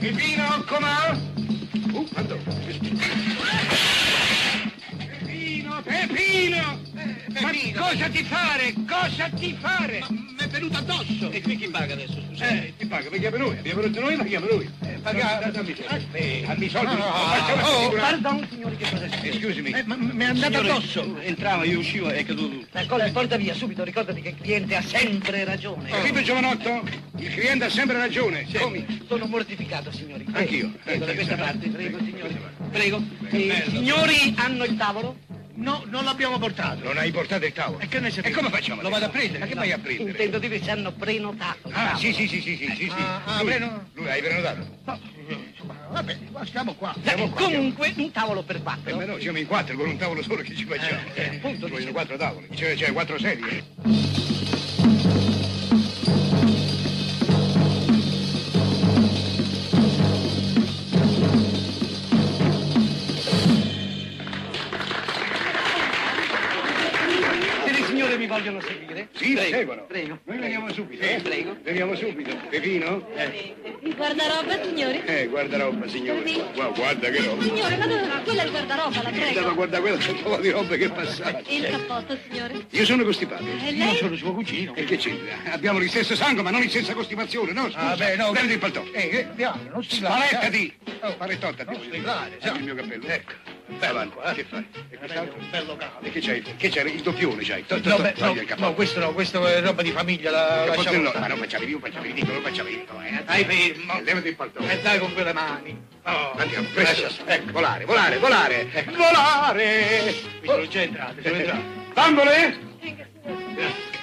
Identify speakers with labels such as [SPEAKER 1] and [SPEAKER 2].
[SPEAKER 1] Pipino, come on! Uh, andò. Pepino, Eh, Pepino!
[SPEAKER 2] Pepino.
[SPEAKER 1] Ma cosa ti fare? Cosa ti fare?
[SPEAKER 2] Mi è venuto addosso! E qui chi paga adesso, scusa?
[SPEAKER 1] Eh, ti paga, mi chiama noi, abbiamo venuto noi, ma chiama lui. Eh,
[SPEAKER 2] paga- Eh,
[SPEAKER 1] Aspetta, dammi i soldi.
[SPEAKER 2] No, no,
[SPEAKER 1] non faccio una
[SPEAKER 2] oh,
[SPEAKER 1] figura.
[SPEAKER 3] Pardon, signori, che cosa c'è?
[SPEAKER 1] Scusami.
[SPEAKER 3] Eh, ma mi è andato
[SPEAKER 2] Signore,
[SPEAKER 3] addosso.
[SPEAKER 2] Entrava, io uscivo e è caduto tutto.
[SPEAKER 3] La cola porta via subito, ricordati che il cliente ha sempre ragione.
[SPEAKER 1] Capito, Eh, giovanotto? Il cliente ha sempre ragione. Come?
[SPEAKER 3] Sono mortificato, signori. Prego.
[SPEAKER 1] Anch'io.
[SPEAKER 3] Prego, da questa parte, prego, signori.
[SPEAKER 1] Prego,
[SPEAKER 3] Prego. I
[SPEAKER 1] bello.
[SPEAKER 3] signori hanno il tavolo?
[SPEAKER 2] No, non l'abbiamo portato.
[SPEAKER 1] Non hai portato il tavolo.
[SPEAKER 2] E che ne sapete?
[SPEAKER 1] E come facciamo?
[SPEAKER 2] Lo
[SPEAKER 1] adesso?
[SPEAKER 2] vado a prendere.
[SPEAKER 1] Ma che vai a prendere?
[SPEAKER 3] Intendo dire se hanno prenotato. il
[SPEAKER 1] Ah,
[SPEAKER 3] tavolo.
[SPEAKER 1] sì, sì, sì, sì, sì, sì, sì.
[SPEAKER 2] Ah, ah,
[SPEAKER 1] lui,
[SPEAKER 2] preno-
[SPEAKER 1] lui hai prenotato.
[SPEAKER 2] No, insomma, Ah, vabbè, qua stiamo qua.
[SPEAKER 3] Dai,
[SPEAKER 1] siamo qua,
[SPEAKER 3] comunque, un tavolo per
[SPEAKER 1] Eh,
[SPEAKER 3] quattro.
[SPEAKER 1] ma no, siamo in quattro con un tavolo solo che ci facciamo.
[SPEAKER 3] Eh, eh, appunto,
[SPEAKER 1] Ci vogliono
[SPEAKER 3] dicevo.
[SPEAKER 1] quattro tavoli, c'è, c'è quattro sedie.
[SPEAKER 3] Se le signore mi vogliono seguire.
[SPEAKER 1] Sì, la seguono.
[SPEAKER 3] Prego.
[SPEAKER 1] Noi veniamo subito,
[SPEAKER 3] Sì,
[SPEAKER 1] eh?
[SPEAKER 3] prego.
[SPEAKER 1] Veniamo subito. Pepino? Eh,
[SPEAKER 4] Il guardaroba, signore?
[SPEAKER 1] guarda roba, signore.
[SPEAKER 4] Sì.
[SPEAKER 1] Gua- guarda che roba.
[SPEAKER 4] Signore, ma dove va? Quella è il guardaroba, la
[SPEAKER 1] Andava a
[SPEAKER 4] prego.
[SPEAKER 1] guardare quella un po' di roba che è passata.
[SPEAKER 4] Il cappotto, signore.
[SPEAKER 1] Io sono costipato.
[SPEAKER 4] E
[SPEAKER 3] Eh?
[SPEAKER 2] Io
[SPEAKER 4] lei?
[SPEAKER 2] sono suo cugino.
[SPEAKER 1] E che c'entra? Abbiamo lo stesso sangue, ma non la stessa costipazione, no? Scusa.
[SPEAKER 2] Ah, beh, no.
[SPEAKER 1] Prendi il paltò.
[SPEAKER 2] Eh, eh, piano, non si
[SPEAKER 1] Sparettati! Oh, parettottati.
[SPEAKER 2] Non strillare,
[SPEAKER 1] Dammi
[SPEAKER 2] sa.
[SPEAKER 1] il mio cappello. Ecco. Avanti,
[SPEAKER 2] Bello, eh.
[SPEAKER 1] che fai? E quest'altro?
[SPEAKER 2] un bel locale.
[SPEAKER 1] E che c'hai? Che c'era? Il doppione c'hai? To- to-
[SPEAKER 2] No,
[SPEAKER 1] to-
[SPEAKER 2] beh,
[SPEAKER 1] togli il
[SPEAKER 2] no,
[SPEAKER 1] cappello.
[SPEAKER 2] no, questo no, questo è roba di famiglia, la
[SPEAKER 1] Che
[SPEAKER 2] lasciamo.
[SPEAKER 1] portellone? Ma non facciavi più, facciavi dico, non facciavi più. Eh.
[SPEAKER 2] Stai fermo.
[SPEAKER 1] Eh, Levati il paltò.
[SPEAKER 2] E dai con quelle mani. Oh,
[SPEAKER 1] Andiamo,
[SPEAKER 2] lascia
[SPEAKER 1] presto.
[SPEAKER 2] stare.
[SPEAKER 1] Ecco, volare, volare, volare.
[SPEAKER 2] Ecco.
[SPEAKER 1] Volare!
[SPEAKER 2] Eh, Qui sono già entrate, sono entrate.
[SPEAKER 1] Bambole?
[SPEAKER 2] Grazie.